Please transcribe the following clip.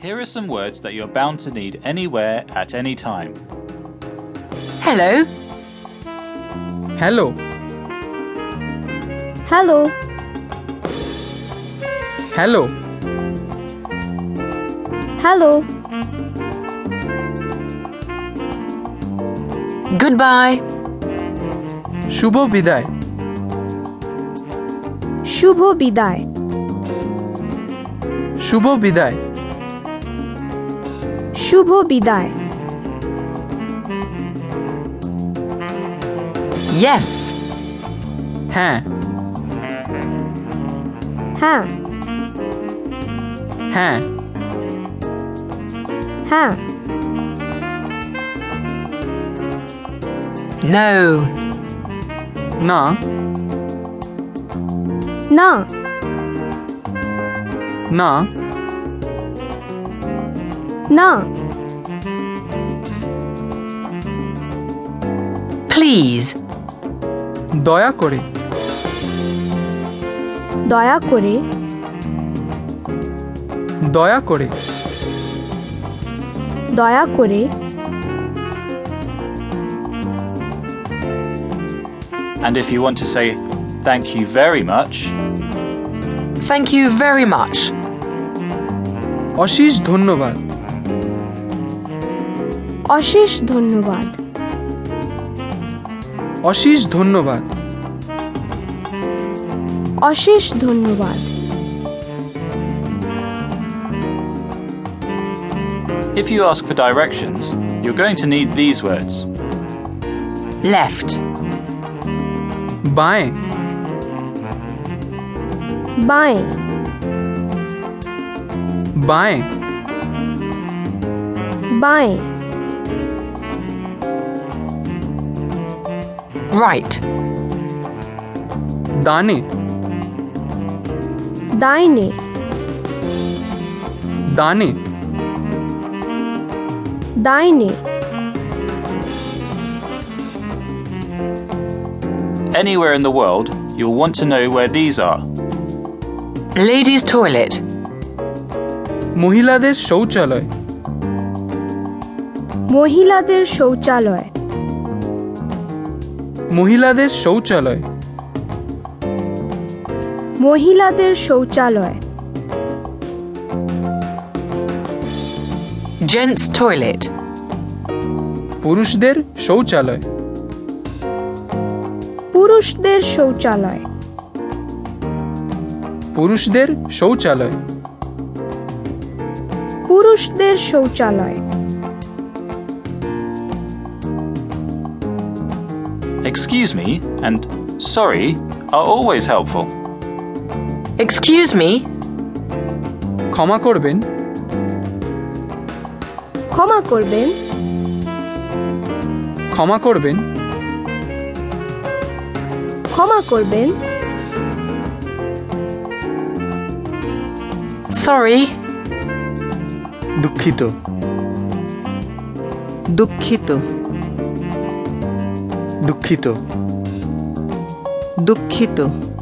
Here are some words that you're bound to need anywhere at any time. Hello. Hello. Hello, Hello. hello, Goodbye. শুভ বিদায় শুভ বিদায়, শুভ বিদায় শুভ বিদায়, Yes. হ্যাঁ হ্যাঁ, হ্যাঁ হ্যাঁ, No. না না, না না, Please. দয়া করে দয়া করে, দয়া করে দয়া করে, And if you want to say thank you very much, Thank you very much. অশেষ ধন্যবাদ অশেষ ধন্যবাদ, অশেষ ধন্যবাদ অশেষ ধন্যবাদ, if you ask for directions, you're going to need these words. Left. বাঁয়ে বাঁয়ে, বাঁয়ে বাঁয়ে, Right. ডানে ডাইনে, ডানে ডাইনে, Anywhere in the world, you'll want to know where these are. Ladies' toilet. মহিলাদের শৌচালয় মহিলাদের শৌচালয়, মহিলাদের শৌচালয় মহিলাদের শৌচালয়, Gents' toilet. পুরুষদের শৌচালয় পুরুষদের শৌচালয়, পুরুষদের শৌচালয় পুরুষদের শৌচালয়, Excuse me and sorry are always helpful. Excuse me. ক্ষমা করবেন ক্ষমা করবেন, ক্ষমা করবেন ক্ষমা করবেন, Sorry. দুঃখিত দুঃখিত দুঃখিত দুঃখিত